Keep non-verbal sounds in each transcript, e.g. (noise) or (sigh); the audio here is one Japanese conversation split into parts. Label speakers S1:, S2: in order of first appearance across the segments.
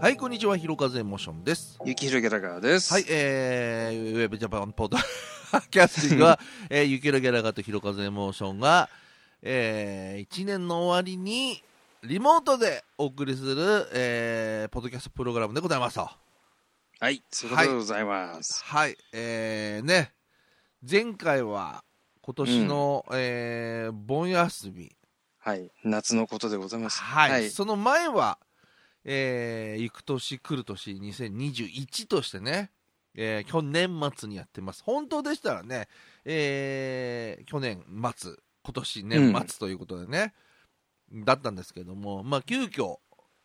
S1: はい、こんにちは、ひろかぜモーションです。
S2: ゆきひろギャラガーです。
S1: はい、えー、ウェブジャパンポードキャスティングは、えー、ゆきろギャラガーとひろかぜモーションが、えー、1年の終わりに、リモートでお送りする、えー、ポッドキャストプログラムでございますと。
S2: はい、そういうことでございます。
S1: はい、えー、ね、前回は、今年の、えー、盆休み。
S2: はい、夏のことでございます。
S1: はい、
S2: はい、
S1: その前は、えー、行く年来る年2021としてね、えー去年末にやってます本当でしたらね、えー去年末今年年
S2: うん
S1: 末ということでね、だったんですけどもまあ急遽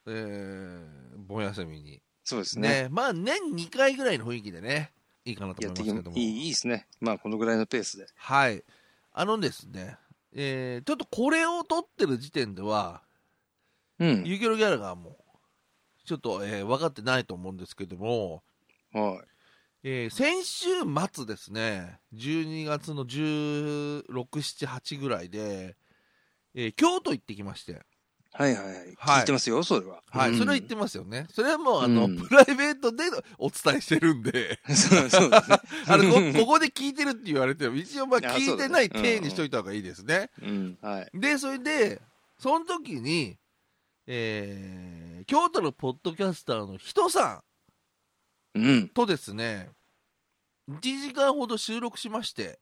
S1: えー、盆休みに
S2: そうです
S1: ね
S2: ね。
S1: まあ年2回ぐらいの雰囲気でねいいかなと
S2: やっ
S1: 思い
S2: て
S1: ますけ
S2: いきい
S1: ども
S2: いいいですね。まあ、このぐらいのペースで。
S1: はい。あのですね、えーちょっとこれを撮ってる時点では、
S2: うん。
S1: ユーキロギャラガーも、ちょっと、えー分かってないと思うんですけども、
S2: は
S1: えー先週末ですね、12月の16、7、8ぐらいで、えー京都行ってきまして、
S2: い。はいはいはい。
S1: はい
S2: 聞いてますよ、それは。
S1: はい、
S2: うん
S1: それは言ってますよね。それはもう、あの、
S2: うん
S1: プライベートでお伝えしてるん
S2: (laughs)
S1: で、
S2: そうそうで
S1: (laughs)
S2: すね。
S1: あの、こここで聞いてるって言われても、一応まあ
S2: いや
S1: 聞
S2: そ
S1: いう
S2: だ
S1: て
S2: ね
S1: ない体にしといた方がいいですね。
S2: うん、はい。
S1: で、それで、その時に、えー京都のポッドキャスターのヒトさん、
S2: うん。
S1: とですね1時間ほど収録しまして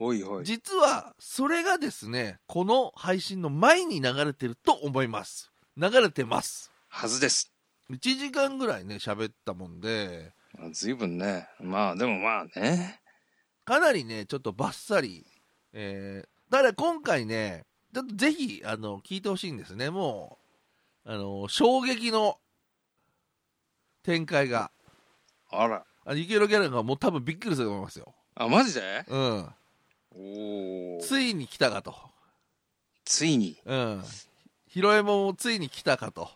S2: おいおい。
S1: 実はそれがですねこの配信の前に流れてると思います流れてます
S2: はずです。
S1: 1時間ぐらいね喋ったもんで
S2: まあずいぶんね。まあ、でもまあね。
S1: かなりねちょっとバッサリ、えー、だから今回ねちょっとぜひあの聞いてほしいんですねもうあの衝撃の展開が
S2: あら。
S1: あのイケロギャラがもう多分びっくりすると思いますよ
S2: あ、マジで
S1: うん
S2: おお。
S1: ついに来たかと
S2: ついに。
S1: うん。ヒロエモンもついに来たかと。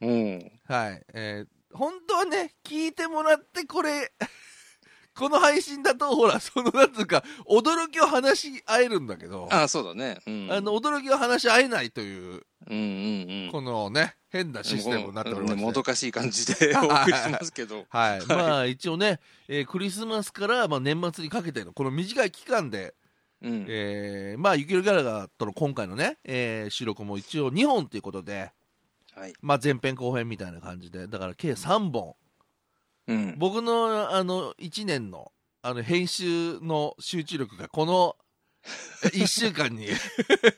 S2: うん。
S1: はい。えー本当はね、聞いてもらってこれ、 (laughs) この配信だと、ほら、その、なんつうか、驚きを話し合えるんだけど、あ
S2: あ、そうだね。うん。
S1: の、、驚きを話し合えないという、
S2: うんうんうん。
S1: このね、変なシステムになっておりま
S2: も
S1: す、
S2: もどかしい感じで (laughs) お送りしますけど。
S1: はい。まあ、一応ね、えークリスマスから、まあ、年末にかけての、この短い期間で、
S2: うん。
S1: えーまあ、ゆきるギャラガーとの今回のね、えー収録も一応2本ということで、
S2: はい。
S1: まあ、前編後編みたいな感じでだから計3本
S2: うん。
S1: 僕のあの1年のあの編集の集中力がこの1週間に (laughs)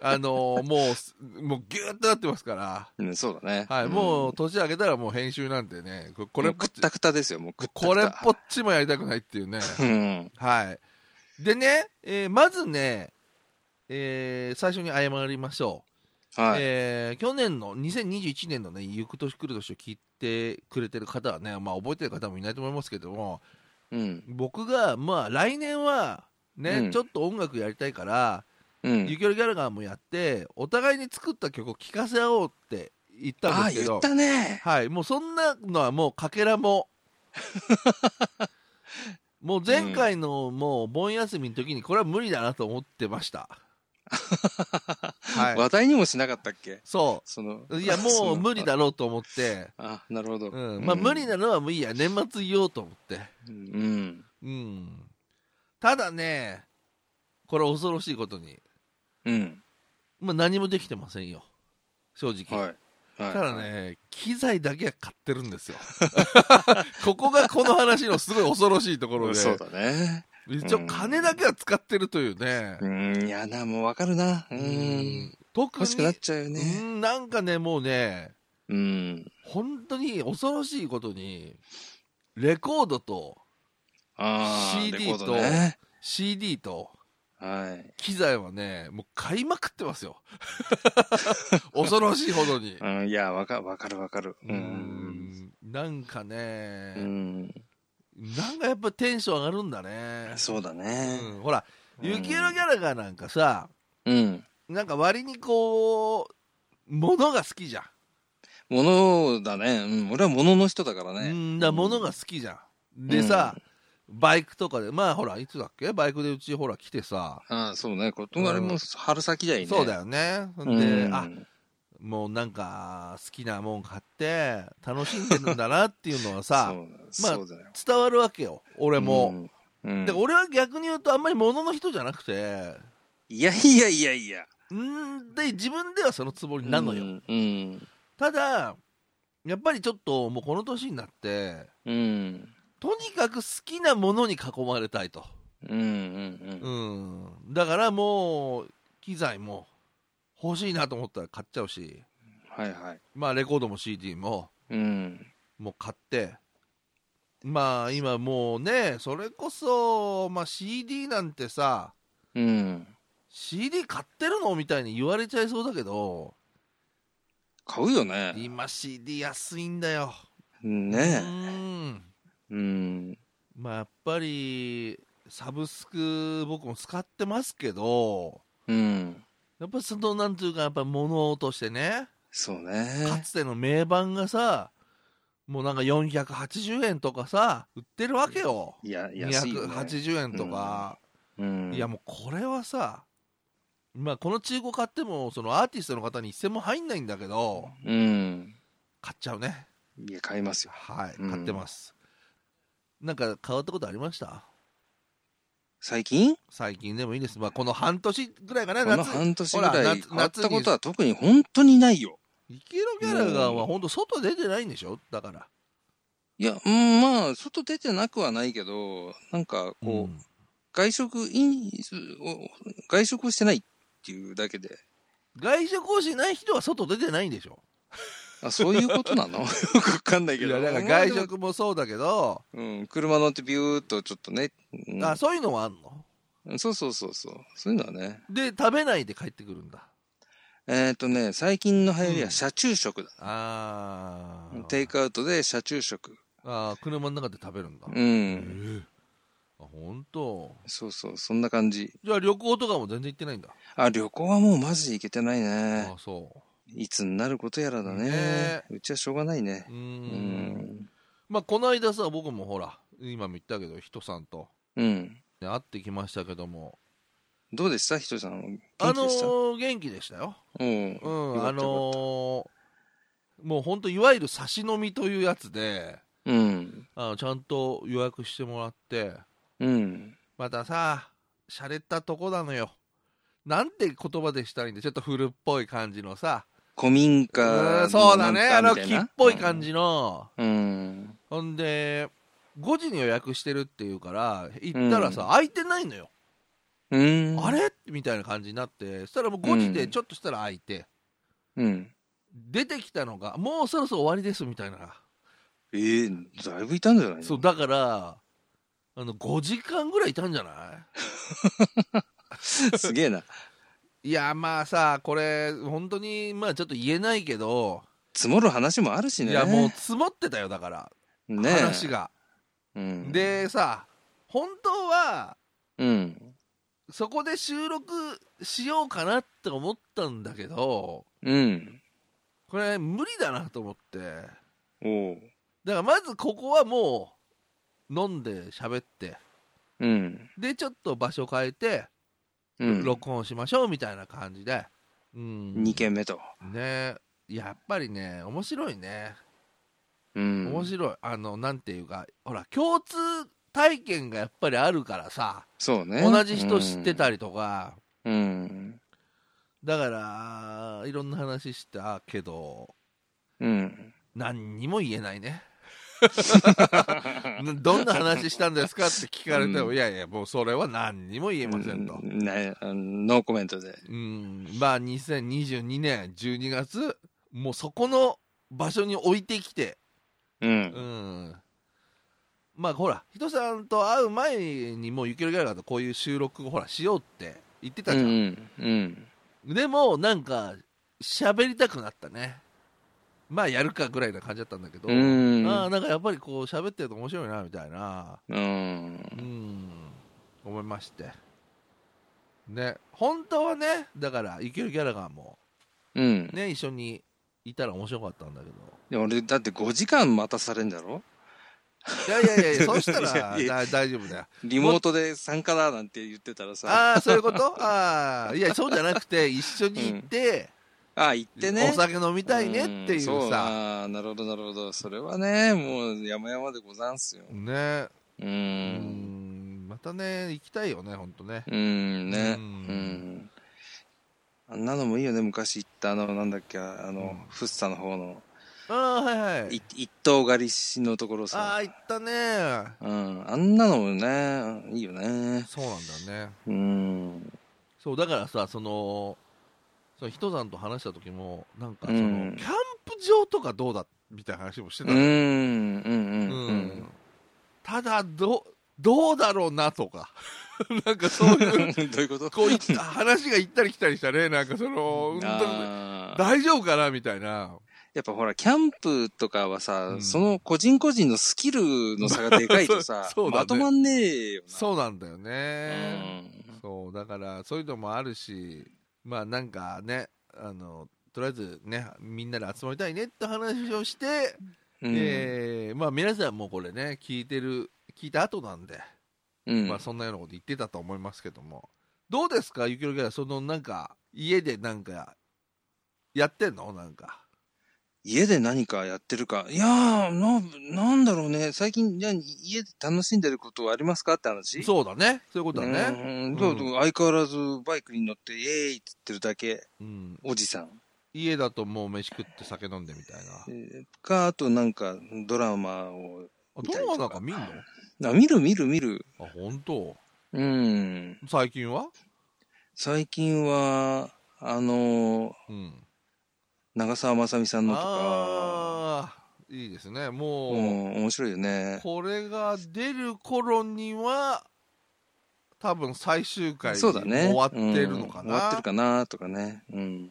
S1: あのもうすもうギューッとなってますから、
S2: うん、そうだね。
S1: はいもう
S2: うん、
S1: 年明けたらもう編集なんてねここれ
S2: もうくったくたですよ、もうくったくた。
S1: これっぽっちもやりたくないっていうね
S2: うん。
S1: はいでね、えーまずね、えー最初に謝りましょう
S2: はい。
S1: えー去年の2021年のね、ゆく年来る年を聞いてくれてる方はね、まあ、覚えてる方もいないと思いますけども、
S2: うん。
S1: 僕が、まあ、来年は、ね、
S2: うん
S1: ちょっと音楽やりたいから、
S2: う
S1: ゆ
S2: ん。
S1: きおりギャラガーもやって、お互いに作った曲を聴かせ合おうって言ったん
S2: あ
S1: で
S2: あ、
S1: すけ
S2: 言っ
S1: ど、
S2: たね。
S1: はい、もうそんなのはもうかけら
S2: (laughs)
S1: も。もう前回のもう盆休みの時にこれは無理だなと思ってました。はい、
S2: (laughs) 話題にもしなかったっけ
S1: そう。
S2: その。
S1: いや、
S2: そ
S1: も
S2: の
S1: う無理。だろうと思って、
S2: あ、なるほど。
S1: うん、まあ無理なのはもういいや、年末言おうと思って。
S2: うん。
S1: うん。ただね、これ恐ろしいことに、
S2: うん。
S1: まあ何もできてませんよ。正直。
S2: はい。はい。
S1: ただ。ね、機材だけは買ってるんですよ。 (laughs) ここがこの話のすごい恐ろしいところで、
S2: そうだね。
S1: 一応金だけは使ってるというね。
S2: うん、いやな、もうわかるな。う。、
S1: うん特
S2: 欲しくなっ
S1: に、
S2: ちゃうよ
S1: う
S2: ね。
S1: ん、なんかね、もうね、
S2: うん。
S1: 本当に恐ろしいことに、レコードと、
S2: ああ、
S1: CD
S2: レコードね。
S1: CD と
S2: はい。
S1: 機材はね、もう買いまくってますよ。 (laughs) 恐ろしいほどに。
S2: うん、いや、わか、わかるわかる。
S1: (laughs) う
S2: うん。
S1: んなんか
S2: う
S1: ね、
S2: ん。
S1: なんかやっぱテンション上がるんだね。
S2: そうだ
S1: う
S2: ね。
S1: ん、ほら、雪色ギャラガーなんかさ、
S2: うん。
S1: なんか割にこう、物が好きじゃ
S2: ものだね。うん。俺はものの人だから
S1: ん。う
S2: ね。
S1: ん、だ物が好きじゃん。でさ、バイクとかで、まあほら、いつだっけバイクでうちほら来てさ、
S2: ああ、そうね。こあれも春先だよね。
S1: そうだよね。
S2: うん。
S1: で、あ、もうなんか好きなもん買って楽しんでるんだなっていうのは (laughs) さ
S2: そう
S1: まあ
S2: そうだよ。
S1: 伝わるわけよ俺も、
S2: うん、うん
S1: で俺は逆に言うとあんまり物の人じゃなくて
S2: いやいやいやいや。
S1: んで自分ではそのつもりなのよ、
S2: うん。うん。
S1: ただやっぱりちょっともうこの年になって
S2: うん。
S1: とにかく好きなものに囲まれたいと、
S2: うん。うん。
S1: うん、だからもう機材も欲しいなと思ったら買っちゃうし
S2: はいはい。
S1: まあレコードも CD も
S2: うん。
S1: もう買ってまあ今もうねそれこそ、まあ、CD なんてさ
S2: うん。
S1: CD 買ってるのみたいに言われちゃいそうだけど
S2: 買うよね。
S1: 今 CD 安いんだよ、う
S2: ね
S1: ん
S2: え。うん。
S1: まあやっぱりサブスク僕も使ってますけど
S2: うん。
S1: やっぱりそのなんていうかやっぱ物としてね
S2: そう
S1: か
S2: ね。
S1: つての名盤がさもうなんか480円とかさ売ってるわけよ
S2: いや、安いよ、ね。
S1: 280円とか、
S2: うん。
S1: いやもうこれはさまあこの中古買ってもそのアーティストの方に一銭も入んないんだけど
S2: うん。
S1: 買っちゃうね
S2: いや、買いますよ。
S1: はい
S2: うん
S1: 買ってます、なんか変わったことありました
S2: 最近
S1: 最近でもいいですまあこの半年ぐらいかな
S2: この
S1: 夏
S2: 半年ぐら
S1: ほら
S2: い
S1: 夏
S2: 変わったこと
S1: 夏
S2: は特に本当にないよ。
S1: 池のギャラが
S2: う
S1: は
S2: ん
S1: 本当外出てないんでしょだから
S2: いや、うん、まあ、外出てなくはないけど、なんか、こう、
S1: ん
S2: 外食、イン、お外食をしてないっていうだけで。
S1: 外食をしない人は外出てないんでしょ
S2: あ、そういうこ
S1: (laughs)
S2: となのよくわかんない
S1: い
S2: けど。
S1: やだから
S2: まあ
S1: 外。食もそうだけど、
S2: うん、車乗ってビューっとちょっとね。うん
S1: あそういうのはあんの
S2: そうそうそうそう。そういうのはね。
S1: で食べないで帰ってくるんだ
S2: えっ、とね、最近の流行り
S1: うん
S2: は車中食だ。
S1: あー
S2: テイクアウトで車中食。
S1: あー車の中で食べるんだ、
S2: う
S1: え
S2: ん。
S1: えあ本当。
S2: そうそう、そんな感じ。
S1: じゃあ旅行とかも全然行ってないんだ、
S2: あ、旅行はもうマジで行けてない
S1: あ
S2: ね
S1: あ。そ
S2: いつになることやらだ
S1: ね
S2: ね
S1: え。
S2: うちはしょうがないね
S1: うう。ー
S2: うんん。
S1: まあこの間さ僕もほら今も言ったけど人さんと、
S2: うん。
S1: ね、会ってきましたけども
S2: どうでしたひとりさん。
S1: あの
S2: 元気でした、
S1: ー元気でしたよう
S2: うん。よ
S1: ん
S2: か
S1: あ
S2: ったよかっ
S1: のーもう本当いわゆる差し飲みというやつで
S2: たうん。
S1: あのちゃんと予約してもらって
S2: うん。
S1: またさ洒落たとこなのよなんて言葉でしたらいいんだちょっと古っぽい感じのさ
S2: 古民
S1: う
S2: 家
S1: んそうだねあ
S2: な
S1: の
S2: んかみ
S1: 木
S2: たいな
S1: っぽい感。じの、
S2: うん。
S1: ほんで5時に予約してるっていうから行ったらさ、空いてないのよ、
S2: うん。
S1: あれみたいな感じになってそしたらもう5時で
S2: うん
S1: ちょっとしたら空いて、
S2: うん。
S1: 出てきたのがもうそろそろ終わりですみたいな、
S2: えー、だいぶいたんじゃないの
S1: そうだからあの5時間ぐらいいたんじゃない
S2: (laughs) すげえな。
S1: いやまあさこれ本当にまあちょっと言えないけど、
S2: 積もる話もあるしね。
S1: いやもう積もってたよだから、
S2: う、ねえ
S1: 話。が、
S2: うん、、
S1: でさ本当は
S2: うん。
S1: そこで収録しようかなって思ったんだけど
S2: うん。
S1: これ無理だなと思ってだか
S2: おう。
S1: らまずここはもう飲んで喋って
S2: うん。
S1: でちょっと場所変えて
S2: うん。
S1: 録音しましょうみたいな感じでうん
S2: 2件目と。
S1: ねやっぱりね面白いね
S2: うん。
S1: 面白い、あのなんていうかほら共通体験がやっぱりあるからさ、
S2: そうね。
S1: 同じ人知ってたりとか、
S2: うん。うん。
S1: だからいろんな話したけど
S2: うん。
S1: 何にも言えないね (laughs) どんな話したんですかって聞かれても、
S2: うん
S1: いやいやもうそれは何にも言えませんと、
S2: ね、あのノーコメントで。
S1: うん、まあ2022年12月もうそこの場所に置いてきて
S2: う。
S1: うんんまあほら人さんと会う前にもうゆきるギャラガーとこういう収録をほらしようって言ってた
S2: う
S1: じゃん、
S2: ん。うん。
S1: でもなんか喋りたくなったねまあやるかぐらいな感じだったんだけど、
S2: うん。
S1: ああなんかやっぱりこう喋ってると面白いなみたいな
S2: うん
S1: うん思いましてね本当はねだからゆきるギャラガーも
S2: うん。
S1: ね一緒にいたら面白かったんだけど
S2: で俺、だって5時間待たされんだろ
S1: いやいやい
S2: (laughs)
S1: やそうしたら
S2: いやいや
S1: だ大丈夫だよ
S2: リモートで参加だなんて言ってたらさ。
S1: ああーそういうことああいやそうじゃなくて一緒に行って、
S2: あ、行ってね。
S1: お酒飲みたいねっていう
S2: うんそう
S1: さ、
S2: あーなるほど、なるほど。それはね、もう、山々でござんすよ。
S1: ね、
S2: う。
S1: うんん、またね行きたいよね本当ね
S2: うん、ね。
S1: う
S2: うんん。あんなのもいいよね、昔行った、あの、なんだっけ、あの
S1: うん、
S2: フッサの方の、
S1: ああはいはい
S2: い一頭狩りしのところ
S1: あ
S2: さ
S1: あ。行ったね
S2: うん。あんなのもね、いいよね。
S1: そうなんだよね
S2: うん。
S1: そうだからさそのその人さんと話した時もなんかその、
S2: うん
S1: キャンプ場とかどうだみたいな話もしてた
S2: うん、う
S1: の
S2: ん、うん
S1: う
S2: うんん。
S1: ただどどうだろうなとか (laughs) なんかそういう
S2: (laughs) どういうこと
S1: こういった話が行ったり来たりしたねなんかそのうんと
S2: あー
S1: 大丈夫かなみたいな
S2: やっぱほら、キャンプとかはさ、
S1: うん
S2: その個人個人のスキルの差がでかいとさ、
S1: (laughs) そうそうだね
S2: まとまんねえよな。
S1: そうなんだよ
S2: う
S1: ね、
S2: ん
S1: そうだからそういうのもあるしまあなんかねあのとりあえずねみんなで集まりたいねって話をして、
S2: うん。
S1: えーまあ皆さんもこれね聞いてる聞いた後なんで
S2: うん
S1: まあそんなようなこと言ってたと思いますけども、どうですか、ゆきろギャラ、そのなんか、家でなんか、やってんのなんか。
S2: 家で何かやってるか。いやー、な、なんだろうね。最近、じゃあ家で楽しんでることはありますかって話
S1: そうだね、そういうことだ
S2: ね
S1: ね。。
S2: うんそうそう相変わらずバイクに乗って、イエーイって言ってるだけ、
S1: うん、
S2: おじさん。
S1: 家だともう飯食って酒飲んでみたいな
S2: え。ーか、あとなんか、ドラマを、
S1: あ、
S2: みたい
S1: ド
S2: と
S1: アなんか
S2: か
S1: 見んのあ、
S2: あ見る見る見る。
S1: 本当
S2: うん。
S1: 最近は
S2: 最近は、あのー
S1: うん。
S2: 長澤まさみさんのとか、
S1: ああ、いいですね。
S2: う
S1: もう、
S2: ん、面白いよね。
S1: これが出る頃には、多分最終回
S2: そうだね。
S1: 終わってるのか
S2: うん終わ
S1: な。
S2: ってるかなとかね。うん。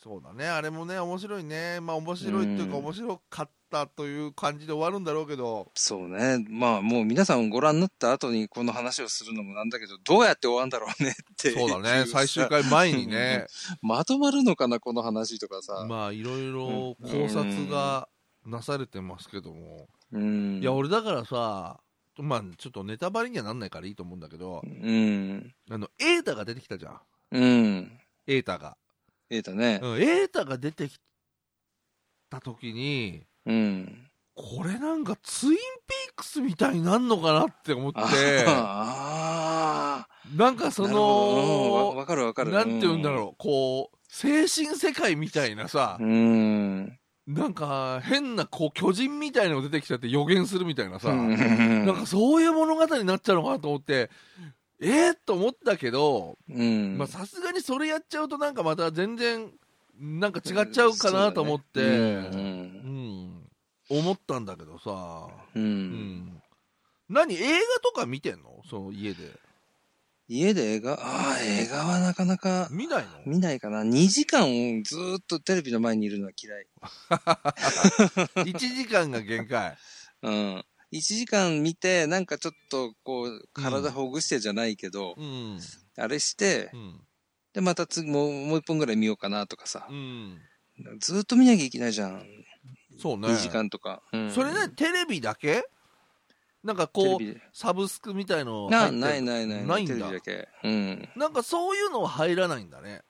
S1: そうだね、あれもね、面白いね、まあ面白いっていうか、
S2: うん
S1: 面白かったという感じで終わるんだろうけど、
S2: そうね。まあもう皆さんご覧になった後にこの話をするのもなんだけど、どうやって終わるんだろうねって。
S1: そうだね、最終
S2: 回。
S1: 回前にね、
S2: まとまるのかな、この話とかさ。
S1: まあいろいろ考察がなされてますけども、
S2: うん。
S1: いや、俺だからさ、まあちょっとネタバレにはなんないからいいと思うんだけど、
S2: うん。
S1: あの、エータが出てきたじゃん、
S2: うん。
S1: エータが。
S2: ええだね。
S1: うん、エータが出てきた時に、
S2: うん。
S1: これなんかツインピークスみたいになんのかなって思って
S2: あ、 (laughs) あ
S1: なんか
S2: ー。
S1: そ
S2: なるほどうんわ
S1: の、
S2: わかるわかる。
S1: なんて言うんだろう、こう、精神世界みたいなさ
S2: う、ん。
S1: なんか変なこう巨人みたいなの出てきちゃって予言するみたいなさ、
S2: うん。
S1: なんかそういう物語になっちゃうのかなと思って、えー、と思ったけど、
S2: うん。
S1: まあさすがにそれやっちゃうとなんかまた全然、なんか違っちゃうかなと思って、
S2: そう
S1: う
S2: だね
S1: ん、思ったんだけどさ、
S2: うん
S1: う。ん。何、映画とか見てんのその家で。
S2: 家で映画ああ、映画はなかなか
S1: 見ない
S2: (laughs)
S1: の
S2: 見ないかな。2時間ずーっとテレビの前にいるのは嫌い。
S1: ?1 時間が限
S2: (laughs)
S1: 界。
S2: うん。1時間見て、なんかちょっとこう、体ほぐしてじゃないけど、
S1: うん。
S2: あれして
S1: う、ん。
S2: で、また次、もう、もう一本ぐらい見ようかなとかさ
S1: う。ん。
S2: ずーっと見なきゃいけないじゃん。
S1: そうね。
S2: 2時間とか。うん
S1: それね、、テレビだけなんか
S2: テレ
S1: こう、
S2: ビで。
S1: サブスクみたいの入
S2: な、
S1: ってる
S2: ないないない。
S1: ない
S2: テ
S1: ん
S2: レ
S1: だ
S2: ビ。だけ。うん。
S1: なんかそういうのは入らないんだね。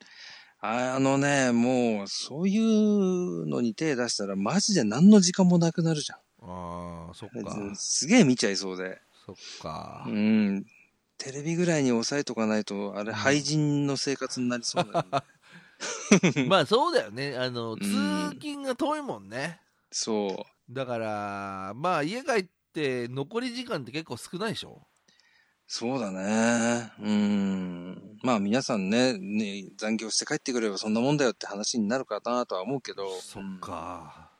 S2: ああのね、もう、そういうのに手出したら、マジで何の時間もなくなるじゃん。
S1: ああ、そっか。
S2: すげえ見ちゃいそうで。
S1: そっか
S2: う。ん。テレビぐらいに抑えとかないと、あれ、
S1: うん
S2: 廃人の生活になりそうだ
S1: (laughs)
S2: よね。
S1: まあそうだよね。あの、
S2: ん
S1: 通勤が遠いもんね。
S2: そ
S1: だから、まあ家帰って残り時間って結構少ないでしょ
S2: う。そうだね。うん。まあ皆さんねね、残業して帰ってくればそんなもんだよって話になるかなとは思うけど。
S1: そっか。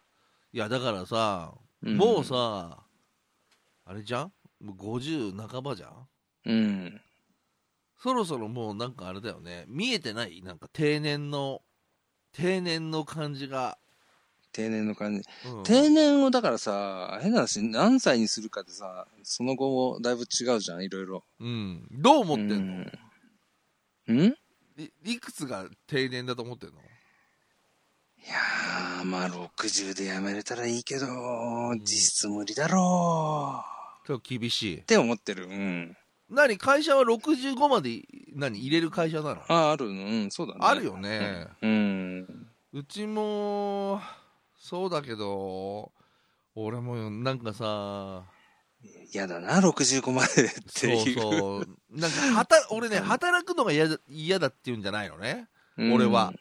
S1: いや、だからさ、
S2: ん
S1: もう。さ、あれじゃんもう50半ばじゃん
S2: うん。
S1: そろそろもうなんかあれだよね見えてないなんか定年の定年の感じが、
S2: 定年の感じ。
S1: うん
S2: 定年をだからさ、変な話、何歳にするかってさ、その後もだいぶ違うじゃん、いろいろ。
S1: うんどう思ってんの、
S2: うんん
S1: いいくつが定年だと思ってんの
S2: いやー、まあ60で辞めれたらいいけど
S1: ん、
S2: 実質無理だろう
S1: ちょっと厳しい
S2: って思ってる。うん。
S1: 何会社は65まで何入れる会社なのあ
S2: ああ、あるの。うん、そうだね。
S1: るよね、
S2: うん。
S1: うちもそうだけど俺もなんかさ
S2: 嫌だな、65までって
S1: そう
S2: いう。 (laughs)
S1: そうなんかはた俺ね働くのが嫌だ嫌だっていうんじゃないのね
S2: うん
S1: 俺は。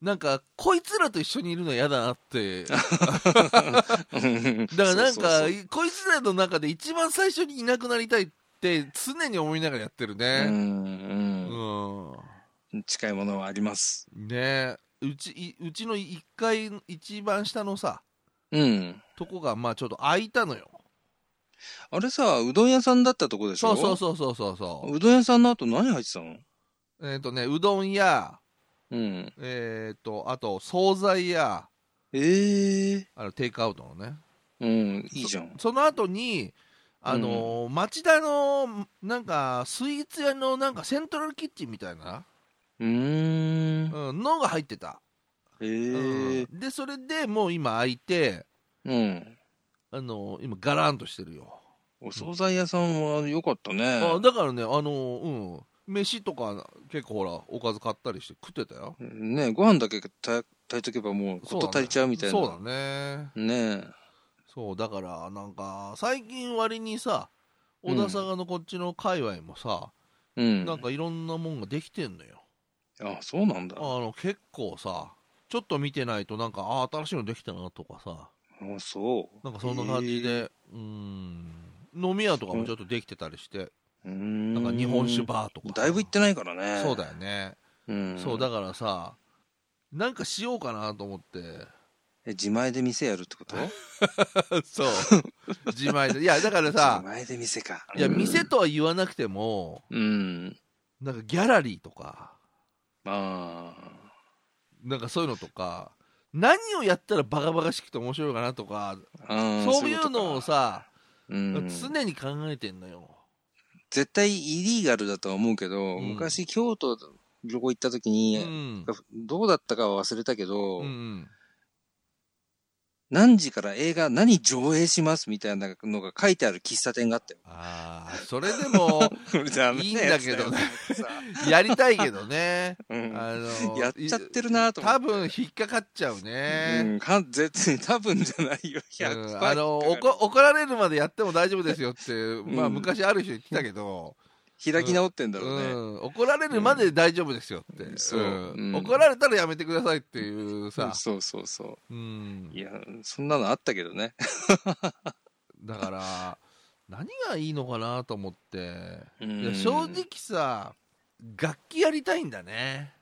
S1: なんかこいつらと一緒にいるの嫌だな
S2: (laughs)
S1: って
S2: うん
S1: だからなんか
S2: そうそうそう
S1: こいつらの中で一番最初にいなくなりたいって常に思いながらやってる
S2: う、
S1: ねうんん、
S2: うん。近いものはあります。
S1: ねうちいうちの1階一番下のさ
S2: うん。
S1: とこがまあちょっと空いたのよ
S2: あれさ、うどん屋さんだったとこでし
S1: そ
S2: ょ
S1: うそうそうそうそうそう
S2: どん屋さんの後何入ってたの
S1: うえっ、とねうどんや
S2: うん。
S1: えっ、とあと惣菜や
S2: ええ
S1: あのテイクアウトのね
S2: うん、いいじゃん。
S1: その後にあのー町田のなんかスイーツ屋のなんかセントラルキッチンみたいな、
S2: うーん。
S1: うん、のが入ってた
S2: ええ
S1: うんでそれでもう今空いて
S2: うん。
S1: あの今ガランとしてるよ、
S2: お惣菜屋さんは良かったね。
S1: あだからねあのうん飯とか結構ほらおかず買ったりして食ってたよ
S2: ねご飯だけ炊炊いとけばもうこと足りちゃうみたいな。
S1: そうだね
S2: ね
S1: そうだからなんか最近割にさ小田坂のこっちの界隈もさ、
S2: え。うん。
S1: なんかいろんなもんができてんのよ
S2: あ、そうなんだ。
S1: あ
S2: あ
S1: の結構さちょっと見てないとなんかあ新しいのできたなとかさ
S2: そう。
S1: なんかそんな感じ
S2: へえ。
S1: で、うん飲み屋とかもちょっとできてたりして
S2: うーん。
S1: なんか日本酒バーとか
S2: だいぶ行ってないからね。
S1: そうだよね、
S2: うん。
S1: そうだからさなんかしようかなと思って
S2: え自前で店やるってこと
S1: そう (laughs) 自前でいやだからさ
S2: 自前で店か。
S1: いや店とは言わなくても
S2: うん。
S1: なんかギャラリーとか
S2: あ
S1: なんかそういうのとか何をやったらバカバカしくて面白いかなとか
S2: ーあー。
S1: そういうのをさ、
S2: そういうことか、うん、
S1: 常に考えてんのよ
S2: 絶対イリーガルだとは思うけど、
S1: うん
S2: 昔京都旅行行った時
S1: う
S2: に、
S1: ん
S2: どうだったかは忘れたけど、
S1: うん
S2: 何時から映画何上映しますみたいなのが書いてある喫茶店があったよ。 (laughs)
S1: ああそれでも
S2: これダメなやつよ
S1: い
S2: (laughs)
S1: いんだ
S2: さ
S1: やりたいけどね
S2: うん
S1: あの
S2: やっちゃってるなと思って
S1: 多分引っかかっちゃうね、
S2: うんかん絶対多分じゃないよ。100%
S1: うんあの怒怒られるまでやっても大丈夫ですよって、まあ
S2: うん
S1: 昔ある人言ってたけど、
S2: 開き直ってん
S1: う
S2: だろうね。
S1: ん、怒られるまで大丈夫ですよって、
S2: うんそうんうん
S1: 怒られたらやめてくださいっていうさ、
S2: そうそうそうう。
S1: ん
S2: い、や、そんなのあったけどね。
S1: だから何がいいのかなと思って、
S2: うん
S1: いや正直さ楽器やりたいんだね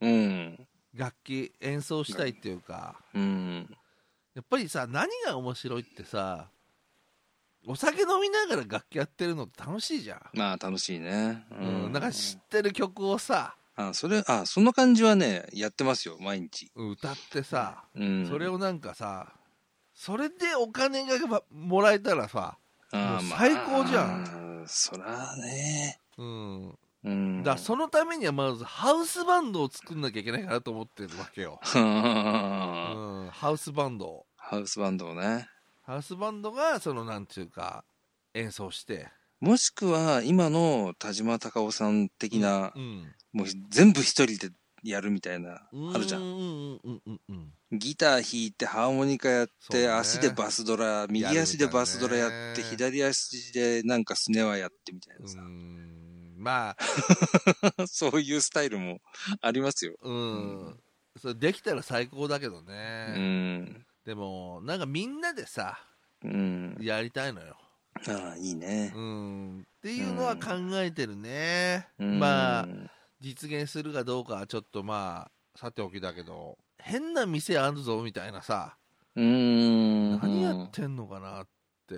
S2: うん。
S1: 楽器演奏したいっていうか
S2: うん。
S1: やっぱりさ何が面白いってさお酒飲みながら楽器やってるのって楽しいじゃん
S2: まあ楽しいね。う
S1: うん、なんか知ってる曲をさ、
S2: あ、それ、あ、その感じはね、やってますよ、毎日。
S1: 歌ってさ、
S2: うん。
S1: それ
S2: を、
S1: をなんかさ、それでお金がばもらえたらさ、
S2: あー
S1: もう最高じゃん。
S2: まあそらね。
S1: うん、
S2: うん。
S1: だからそのためにはまずハウスバンドを作んなきゃいけないかなと思ってるわけよ、う
S2: (laughs) ハ
S1: ん、ハウスバンドを
S2: ウスバンドをね。
S1: ハウスバンドがそのなんていうか演奏して
S2: もしくは、今の田島隆夫さん的な、
S1: うん
S2: もう全部一人でやるみたいな、
S1: う
S2: あるじゃん。
S1: うんうんうんうん
S2: ギター弾いて、ハーモニカやっ
S1: そう
S2: て、
S1: ね
S2: 足でバスドラ、右足でバスドラやって、
S1: やるみた
S2: 左足でなんかスネアやってみたいうなさ。
S1: んまあ
S2: (laughs) そういうスタイルもありますよ。
S1: うん、それできたら最高だけどね、
S2: うん。
S1: でもなんかみんなでさ
S2: うん。
S1: やりたいのよ、
S2: ああ、いいね。
S1: うん、っていうのは考えてるね、
S2: うん
S1: まあ実現するかどうかはちょっとまあさておきだけど変な店あるぞみたいなさ
S2: うーん。
S1: 何やってんのかなって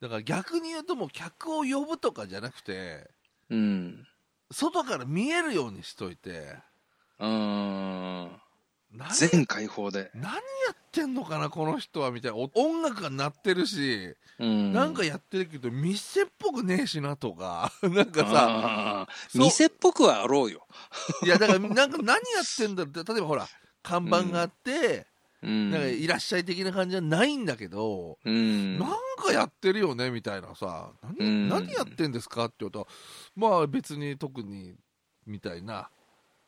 S1: だから逆に言うともう客を呼ぶとかじゃなくて
S2: うん。
S1: 外から見えるようにしといて
S2: あ
S1: 何
S2: ー全開放で。
S1: 何やってんのかなこの人はみたいなお音楽が鳴ってるし、
S2: うん。
S1: なんかやってるけど店っぽくねえしなとか (laughs) なんかさ
S2: さ、
S1: そう
S2: 店っぽくはあろうよ。
S1: いやだからなんか何やってんだろうって例えばほら看板があって、
S2: うん
S1: なんかいらっしゃい的な感じじゃないんだけど、
S2: うん。
S1: なんかやってるよねみたいなさ何,、
S2: うん
S1: 何やってんですかって言うとまあ別に特にみたいな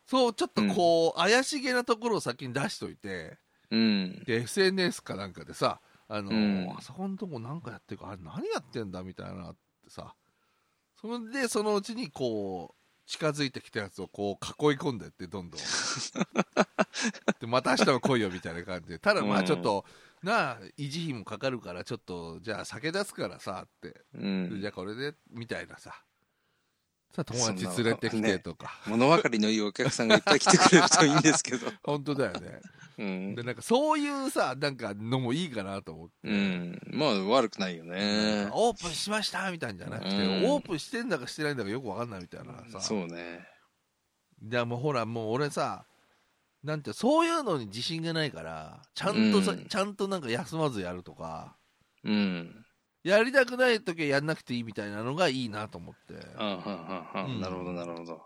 S1: そう、ちょっとこう、怪しげなところを先に出しといて、
S2: うん。
S1: で、SNS かなんかでさ、あの
S2: うん
S1: あそこのとこなんかやってるから、あれ何やってんだみたいなのあってさ、それで、そのうちにこう、近づいてきたやつをこう囲い込んでって、どんど
S2: (laughs)
S1: ん。で、また明日も来いよみたいな感じで、ただま
S2: う
S1: あ
S2: ん
S1: ちょっと、なあ、維持費もかかるから、ちょっと、じゃあ酒出すからさ、って、
S2: うん
S1: じゃあこれで、みたいなさ。さあ友
S2: そんな
S1: 達
S2: の
S1: 連れてきて
S2: ね
S1: とか。
S2: 物分かりのいいお客さんがいっぱい来てくれるといいんですけど。
S1: (laughs) 本当だよね。
S2: (laughs) うん
S1: で、。なんかそういうさ、なんかのもいいかなと思って。
S2: うん。まあ、悪くないよね。
S1: オープンしましたみたいなんじゃなくて、
S2: うん
S1: オープンしてんだかしてないんだかよくわかんないみたいなさ。
S2: そうね。
S1: じゃあもうほら、もう俺さ、なんて、そういうのに自信がないから、ちゃんとさ、
S2: うん
S1: ちゃんとなんか休まずやるとか、
S2: うん。
S1: やりたくない時はやんなくていいみたいなのがいいなと思って。
S2: あはんはんは
S1: うん
S2: ん。なるほど、なるほど。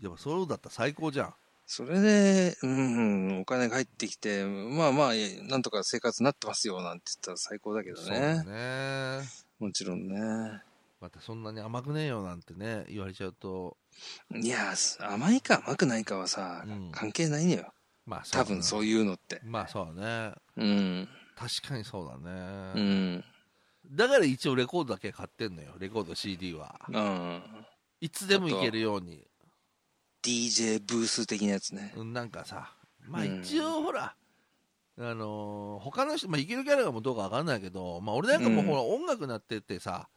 S1: でもそうだったら最高じゃん。
S2: それで、うん、お金が入ってきて、まあまあ、なんとか生活になってますよ、なんて言ったら最高だけど
S1: そうだ
S2: ね。
S1: ね。
S2: もちろんね。
S1: またそんなに甘くねえよなんてね、言われちゃうと、
S2: いや、甘いか甘くないかはさ、
S1: うん
S2: 関係ないのよ。
S1: まあそうだ
S2: 多分そうういうのって。
S1: まあそうだね。
S2: うん。
S1: 確かにそうだね。
S2: うん。
S1: だから一応レコードだけ買ってんのよレコード CD は
S2: うん。
S1: いつでもいけるように
S2: DJ ブース的なやつね。
S1: うんなんかさまあ
S2: うん
S1: 一応ほら、あのー他の人、まあ、いけるキャラがもうどうかわかんないけど、まあ、俺なんかもう
S2: うん
S1: ほら音楽なっててさ、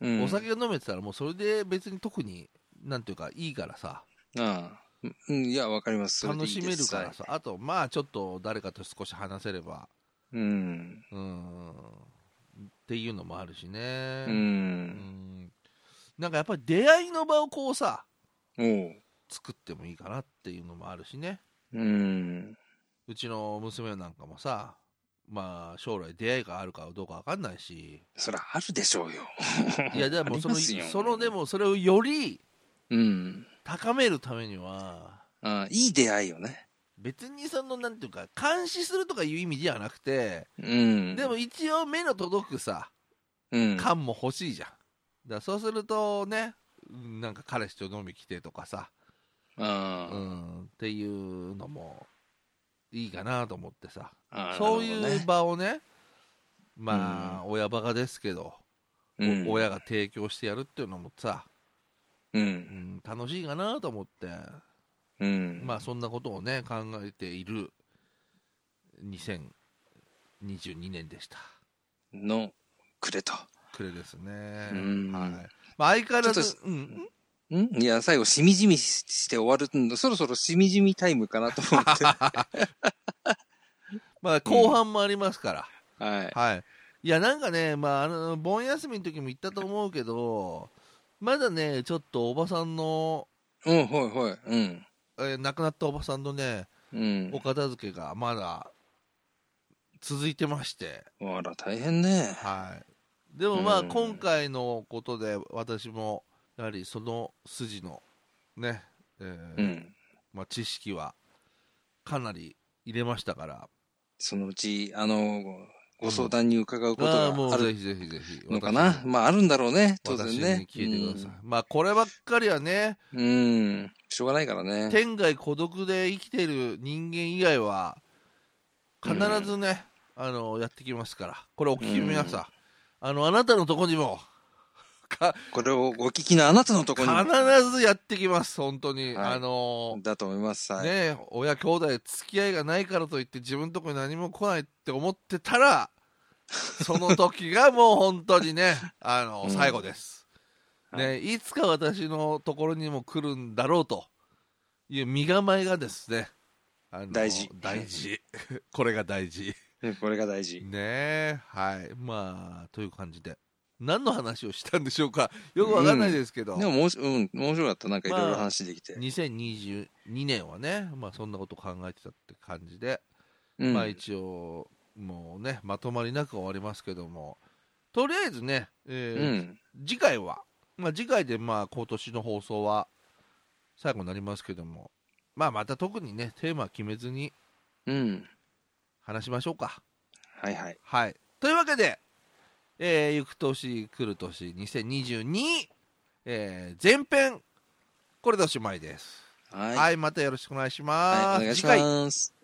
S2: うん。
S1: お酒が飲めてたらもうそれで別に特になんていうかいいからさ
S2: ああ。うん、いや、わかります。それで
S1: 楽
S2: いい
S1: し
S2: で
S1: める
S2: す
S1: からさあとまあちょっと誰かと少し話せれば
S2: うん。
S1: うんっていうのもあるし
S2: う
S1: ね、
S2: ん。
S1: んなんかやっぱり出会いの場をこうさ
S2: おう。
S1: 作ってもいいかなっていうのもあるしね
S2: うん。
S1: うちの娘なんかもさまあ将来出会いがあるかどうかわかんない
S2: (laughs)
S1: し
S2: そりゃあるでしょうよ。
S1: いやでもその
S2: ありますよ
S1: そのでもそれをより
S2: うん。
S1: 高めるためには
S2: ああいい出会いよね。
S1: 別にそのなんていうか監視するとかいう意味ではなくて、
S2: うん。
S1: でも、一応目の届くさ
S2: うん。
S1: 感も欲しいじゃん、だからそうするとねうんなんか彼氏と飲み来てとかさ、
S2: あ
S1: う
S2: あ
S1: ん、っていうのもいいかなと思ってさ
S2: ああ
S1: そう
S2: なる
S1: いう
S2: ほ
S1: 場をね、まあ、親バカですけど、
S2: どね
S1: お親が提供してやるっていうのもさ、
S2: う。
S1: うんん、楽しいかなと思って、
S2: うん。
S1: まあ、そんなことをね、考えている2022年でした。
S2: の、くれと。
S1: くれですね。
S2: うん
S1: はい。まあ、相変わら
S2: ちょっ
S1: ず
S2: と、
S1: うん、
S2: んいや、最後、しみじみしして終わるんだ。そろそろしみじみタイムかなと思って。
S1: (laughs) まあ、後半もありますから、
S2: はい。
S1: はい。いや、なんかね、まあ、あの、盆休みの時も言ったと思うけど、まだね、ちょっとおばさんの、
S2: うん、ほいほい。うん。
S1: えー亡くなったおばさんのね、
S2: うん
S1: お。片付けがまだ続いてまして、
S2: あら、大変ね。
S1: はい、でもまあ
S2: うん
S1: 今回のことで私もやはりその筋のね、えー
S2: うん。
S1: まあ、知識はかなり入れましたから
S2: そのうち、あの、ご相談に伺うこと
S1: あーも
S2: があ
S1: う
S2: る
S1: ぜひぜひぜひ
S2: のかな。まあ、あるんだろうね。当
S1: 私
S2: 然
S1: に
S2: ね。
S1: 私に聞いてください、まあこればっかりはね
S2: うん。うん。しょうがないからね。
S1: 天涯孤独で生きてる人間以外は必ずね、あのやってきますからこれお聞きの皆さん、あのあなたのとこにもか
S2: これをご聞きのあなたのとこにも
S1: 必ずやってきます本当に、
S2: はい
S1: あの
S2: だと思います。
S1: ー
S2: はい。
S1: ね親兄弟付き合いがないからといって自分のとこに何も来ないって思ってた
S2: (laughs)
S1: らその時がもう本当にねあの、
S2: うん
S1: 最後です、
S2: はい
S1: ね、いつか私のところにも来るんだろうという身構えがですねあの
S2: 大事
S1: 大事 (laughs) これが大事
S2: これが大事。
S1: ねえはいまあという感じで何の話をしたんでしょうかよくわかんないですけど、
S2: でも、もうし、うん、面白かった。なんかいろいろ話できて。
S1: 2022年はね、まあ、そんなこと考えてたって感じで、
S2: うん。
S1: まあ一応もうねまとまりなく終わりますけどもとりあえずね、
S2: う
S1: えー
S2: ん。
S1: 次回は、まあ、次回でまあ今年の放送は最後になりますけども、まあ、また特にねテーマは決めずに
S2: うん。
S1: 話しましょうか。
S2: はいはい。
S1: はいというわけで、えー行く年来る年2022、えー前編これでおしまいです。
S2: はい。
S1: はい、またよろしくお願いし
S2: はい
S1: ま
S2: お
S1: す。
S2: 願いし
S1: 次回
S2: ます。